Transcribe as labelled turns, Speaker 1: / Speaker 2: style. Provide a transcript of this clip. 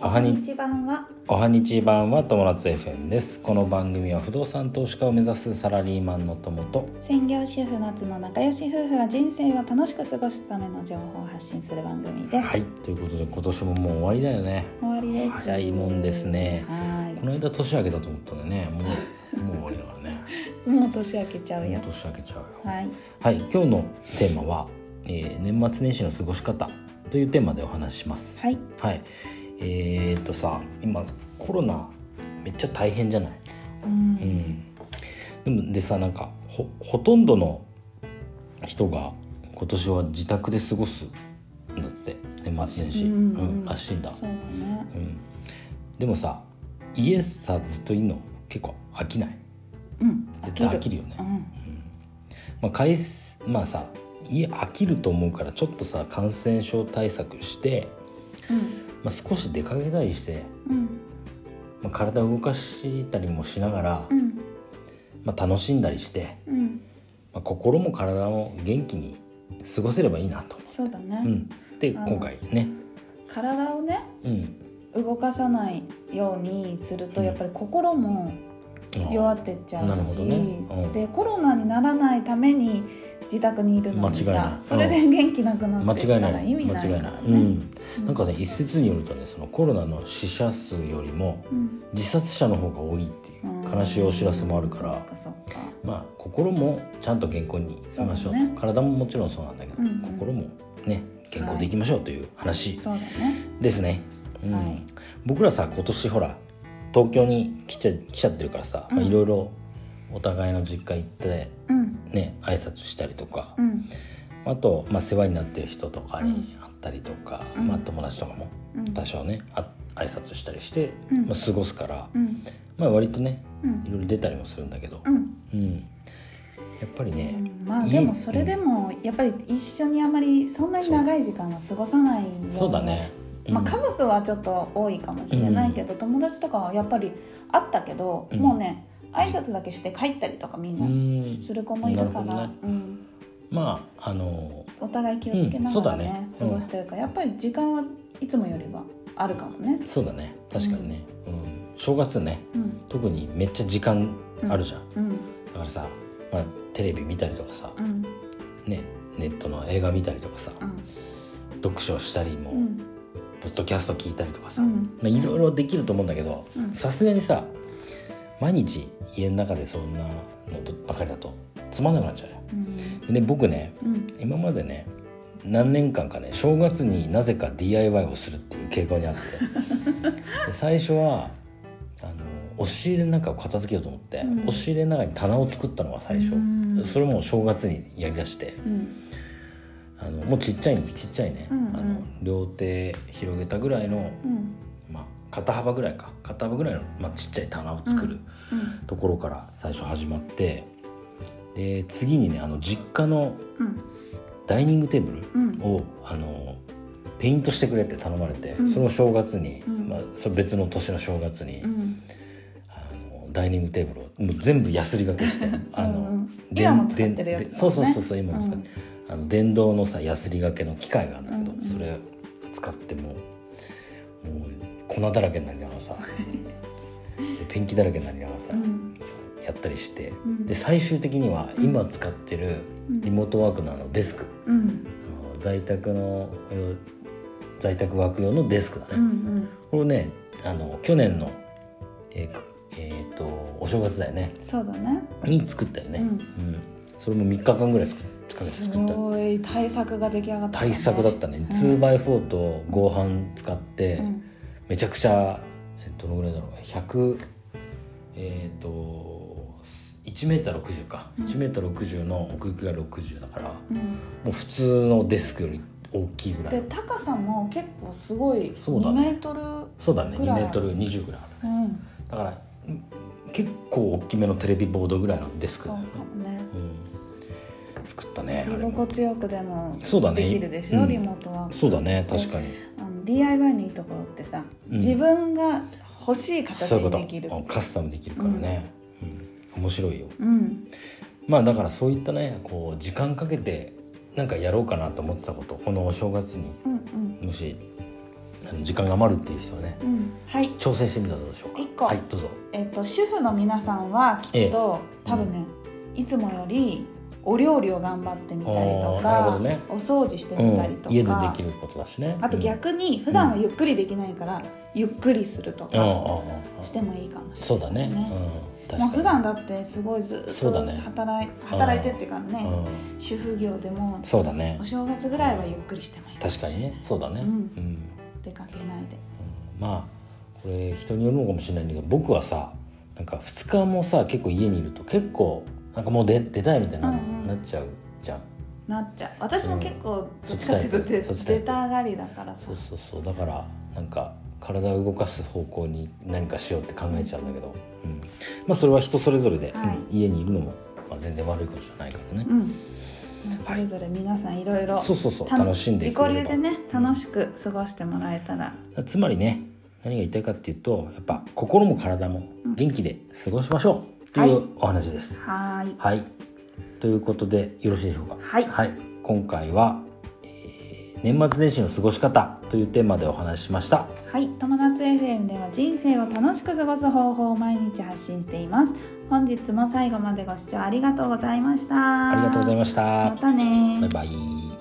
Speaker 1: お
Speaker 2: お
Speaker 1: は
Speaker 2: は
Speaker 1: に
Speaker 2: にち版は
Speaker 1: おはにち版は友達 FM ですこの番組は不動産投資家を目指すサラリーマンの友と
Speaker 2: 専業主婦夏の仲良し夫婦が人生を楽しく過ごすための情報を発信する番組です、
Speaker 1: はいということで今年ももう終わりだよね
Speaker 2: 終わりです
Speaker 1: 早いもんですねこ
Speaker 2: は
Speaker 1: の間年明けだと思ったらねもうもう終わりだからね
Speaker 2: いもう年明けちゃう
Speaker 1: も
Speaker 2: よ
Speaker 1: う年明けちゃうよ
Speaker 2: はい
Speaker 1: はい今日のテーマは、えー年末年始の過ごし方というテーマでお話しします
Speaker 2: はい
Speaker 1: はいえー、っとさ今コロナめっちゃ大変じゃない
Speaker 2: うん
Speaker 1: うん、でもでさなんかほほとんどの人が今年は自宅で過ごすんだって年末年始、
Speaker 2: うんうんうん
Speaker 1: うんらしいんだ
Speaker 2: そうだね
Speaker 1: うん、でもさ家さずっといるの結構飽きない
Speaker 2: うん
Speaker 1: 絶対飽きるよね
Speaker 2: う、ん
Speaker 1: まあ、かいすまあさ家飽きると思うからちょっとさ感染症対策して、
Speaker 2: うん
Speaker 1: まあ、少し出かけたりして、
Speaker 2: うん
Speaker 1: まあ、体を動かしたりもしながら
Speaker 2: う、ん
Speaker 1: まあ、楽しんだりして
Speaker 2: うん
Speaker 1: まあ、心も体も元気に過ごせればいいなと。
Speaker 2: そうだね、
Speaker 1: うん、で
Speaker 2: あの
Speaker 1: 今回ね、
Speaker 2: 体をね
Speaker 1: うん、
Speaker 2: 動かさないようにするとやっぱり心も弱ってっちゃう
Speaker 1: なるほ
Speaker 2: し、
Speaker 1: どねうん
Speaker 2: でコロナにならないために自宅にいるのに
Speaker 1: 間違いな
Speaker 2: さ
Speaker 1: い
Speaker 2: それで元気なくな
Speaker 1: 間
Speaker 2: って
Speaker 1: 違
Speaker 2: た
Speaker 1: いな
Speaker 2: ら
Speaker 1: い
Speaker 2: 意味な
Speaker 1: 間違
Speaker 2: い
Speaker 1: い
Speaker 2: か
Speaker 1: ない
Speaker 2: ら、
Speaker 1: う
Speaker 2: ね。
Speaker 1: ん、なんかね一説によるとねそのコロナの死者数よりも
Speaker 2: うん
Speaker 1: 自殺者の方が多いっていう
Speaker 2: うん
Speaker 1: 悲しいお知らせもあるから、
Speaker 2: そっかそっか
Speaker 1: まあ心もちゃんと健康にしましょうと
Speaker 2: そうだね
Speaker 1: 体ももちろんそうなんだけど、
Speaker 2: うんうん
Speaker 1: 心もね健康でいきましょうという話
Speaker 2: そうだね
Speaker 1: ですね、うん
Speaker 2: はい
Speaker 1: 僕らさ今年ほら東京に来ちゃ来ちゃってるからさまあ
Speaker 2: うん
Speaker 1: いろいろお互いの実家行って
Speaker 2: うん
Speaker 1: ね挨拶したりとか、
Speaker 2: うん
Speaker 1: あと、まあ、世話になってる人とか
Speaker 2: うん
Speaker 1: に会ったりとか、
Speaker 2: うん
Speaker 1: まあ、友達とかも
Speaker 2: うん
Speaker 1: 多少ねあ挨拶したりして、
Speaker 2: うん
Speaker 1: まあ、過ごすから、
Speaker 2: うん
Speaker 1: まあ、割とね
Speaker 2: うん
Speaker 1: いろいろ出たりもするんだけど、
Speaker 2: うん
Speaker 1: うん、やっぱりね、
Speaker 2: うんまあでもそれでもやっぱり一緒にあまりそんなに長い時間は過ごさないように
Speaker 1: そうだね、
Speaker 2: ま
Speaker 1: う
Speaker 2: あ、
Speaker 1: ん
Speaker 2: 家族はちょっと多いかもしれないけど、友達とかはやっぱりあったけど、もうね挨拶だけして帰ったりとかみん
Speaker 1: う
Speaker 2: なんする子もいるか
Speaker 1: なるほど
Speaker 2: ら、
Speaker 1: ね
Speaker 2: うん、
Speaker 1: まああの
Speaker 2: お互い気をつけな
Speaker 1: うんそ
Speaker 2: が
Speaker 1: うだ
Speaker 2: ら
Speaker 1: ね
Speaker 2: ね,、
Speaker 1: うん
Speaker 2: 過ごしてるからやっぱり時間はいつもよりはあるかもね、
Speaker 1: そうだね確かにね、うん正月ね
Speaker 2: うん
Speaker 1: 特にめっちゃ時間あるじゃん、
Speaker 2: うん
Speaker 1: だからさ、まあ、テレビ見たりとかさ
Speaker 2: う、ん
Speaker 1: ね、ネットの映画見たりとかさ
Speaker 2: うん
Speaker 1: 読書したりも、
Speaker 2: うん
Speaker 1: ポッドキャスト聞いたりとかさ、
Speaker 2: うん
Speaker 1: まあ、いろいろできると思うんだけど
Speaker 2: うん
Speaker 1: さすがにさ毎日家の中でそんなのばかりだとつまんなくなっちゃうよ
Speaker 2: うん
Speaker 1: でね僕ね
Speaker 2: うん
Speaker 1: 今までね何年間かね正月になぜか DIY をするっていう傾向にあって で最初はあの押し入れの中を片付けようと思って、
Speaker 2: うん
Speaker 1: 押し入れの中に棚を作ったのが最初、
Speaker 2: うん
Speaker 1: それも正月にやりだして
Speaker 2: うん
Speaker 1: あのもうちっちゃいちっちゃいね、
Speaker 2: うんう
Speaker 1: あ
Speaker 2: ん
Speaker 1: の両手広げたぐらいの
Speaker 2: うん
Speaker 1: まあ、肩幅ぐらいか肩幅ぐらいの、まあ、ちっちゃい棚を作るところから最初始まって、で次にねあの実家の
Speaker 2: うん
Speaker 1: ダイニングテーブル
Speaker 2: うん
Speaker 1: を、あのペイントしてくれって頼まれて、
Speaker 2: うん
Speaker 1: その正月に、
Speaker 2: うん
Speaker 1: まあ、それ別の年の正月に、
Speaker 2: うん
Speaker 1: あのダイニングテーブルをもう全部ヤスリがけしてあの、
Speaker 2: うん
Speaker 1: で
Speaker 2: 今も使ってるやつだもんね
Speaker 1: でそうそうそうそう今も使って、あの電動のさヤスリがけの機械があるんだけど、
Speaker 2: うんうん
Speaker 1: それ使ってもうもう粉だらけになりながら さでペンキだらけになりながらさ、
Speaker 2: うん
Speaker 1: そうやったりして、
Speaker 2: うん
Speaker 1: で最終的には
Speaker 2: うん
Speaker 1: 今使ってる
Speaker 2: うん
Speaker 1: リモートワークのあのデスク、
Speaker 2: うん
Speaker 1: あの在宅のよ在宅ワーク用のデスクだね、
Speaker 2: うん
Speaker 1: これねあの去年のえーえーとお正月だよね
Speaker 2: うんそうだね
Speaker 1: に作ったよね、
Speaker 2: うん
Speaker 1: うんそれも3日間ぐらい作っかけて
Speaker 2: す
Speaker 1: 作った
Speaker 2: ごい対策が出来上がったね、
Speaker 1: 対策だったね、2x4 と合板使って、
Speaker 2: うん
Speaker 1: めちゃくちゃえどのぐらいだろう100えっ、と 1m60 か、
Speaker 2: うん
Speaker 1: 1m60 の奥行きが60だからも
Speaker 2: うん
Speaker 1: う普通のデスクより大きいぐら
Speaker 2: で
Speaker 1: い
Speaker 2: 高さも結構すごい
Speaker 1: そうだ
Speaker 2: 2
Speaker 1: ね
Speaker 2: メートル
Speaker 1: そうだね
Speaker 2: ぐらい
Speaker 1: 2m20 ぐらいある
Speaker 2: うん
Speaker 1: だからうん結構大きめのテレビボードぐらいのデスク
Speaker 2: そ
Speaker 1: だ
Speaker 2: う
Speaker 1: よね
Speaker 2: かもね
Speaker 1: うん、作ったねあれ
Speaker 2: 居
Speaker 1: も
Speaker 2: 心地よくでも
Speaker 1: そうだね
Speaker 2: できるでしょ、
Speaker 1: うん
Speaker 2: リモートワーク
Speaker 1: そうだね確かに
Speaker 2: あの DIY のいいところってさ、
Speaker 1: うん
Speaker 2: 自分が欲しい形
Speaker 1: そういう
Speaker 2: に
Speaker 1: こと
Speaker 2: できる
Speaker 1: うんカスタムできるからね、うん面白いよ
Speaker 2: うん
Speaker 1: まあだからそういったねこう時間かけてなんかやろうかなと思ってたことこのお正月に
Speaker 2: うんうん
Speaker 1: もしあの時間が余るっていう人はね
Speaker 2: うん、はい
Speaker 1: 挑戦してみたらどうでしょうか
Speaker 2: 一個
Speaker 1: はいどうぞ
Speaker 2: えっと主婦の皆さんはきっと、
Speaker 1: え
Speaker 2: 多分ねいつもよりお料理を頑張ってみたり
Speaker 1: あ
Speaker 2: と
Speaker 1: ーなるほ
Speaker 2: か、
Speaker 1: どね
Speaker 2: お掃除して
Speaker 1: う
Speaker 2: みたり
Speaker 1: ん
Speaker 2: とか、
Speaker 1: 家でできることだしね
Speaker 2: あと逆に普段はゆっくりできないから、ゆっくりすると
Speaker 1: うんうんうん
Speaker 2: か
Speaker 1: うん
Speaker 2: してもいいかもしれない、
Speaker 1: そうだねうん確か
Speaker 2: もう
Speaker 1: に
Speaker 2: 普段だってすごいずっ
Speaker 1: そ
Speaker 2: と
Speaker 1: うだね
Speaker 2: 働い,、働いてっていうかね、
Speaker 1: う
Speaker 2: 主婦業でも
Speaker 1: んそうだね
Speaker 2: お正月ぐらいはゆっくりしてもいいもし
Speaker 1: 確か
Speaker 2: れない
Speaker 1: にねそうだね
Speaker 2: う
Speaker 1: うんん、
Speaker 2: 出かけないで
Speaker 1: うんまあこれ人によるのかもしれないんだけど僕はさなんか2日もさ結構家にいると結構なんかもう出出たいみたいな、
Speaker 2: うんうん
Speaker 1: なっちゃうじゃん
Speaker 2: なっちゃう私も結構ど
Speaker 1: そ
Speaker 2: っ
Speaker 1: っ
Speaker 2: ち
Speaker 1: ち
Speaker 2: か
Speaker 1: タ
Speaker 2: っ
Speaker 1: イ
Speaker 2: ていう
Speaker 1: プ
Speaker 2: と出
Speaker 1: そっちタイ
Speaker 2: 出
Speaker 1: プ
Speaker 2: たがりだからさ
Speaker 1: そうそうそうだからなんか体を動かす方向に何かしようって考えちゃうんだけど、うんまあ、それは人それぞれで、
Speaker 2: はい
Speaker 1: うん家にいるのも、まあ、全然悪いことじゃないからね、
Speaker 2: うんまあそれぞれ皆さんいろいろ
Speaker 1: そうそうそう
Speaker 2: た
Speaker 1: 楽しんでい
Speaker 2: 自
Speaker 1: け
Speaker 2: 己
Speaker 1: れ
Speaker 2: 流
Speaker 1: ば
Speaker 2: でね楽しく過ごしてもらえたら
Speaker 1: つまりね何が言いたいかっていうとやっぱ心も体も元気で過ごしましょうというお話です。
Speaker 2: はーい
Speaker 1: はい、ということでよろしいでしょうか。
Speaker 2: はい
Speaker 1: 今回は、えー年末年始の過ごし方」というテーマでお話ししました。
Speaker 2: はい友達 FM では人生を楽しく過ごす方法を毎日発信しています本日も最後までご視聴ありがとうございました
Speaker 1: ありがとうございました。
Speaker 2: またねー
Speaker 1: バイバイ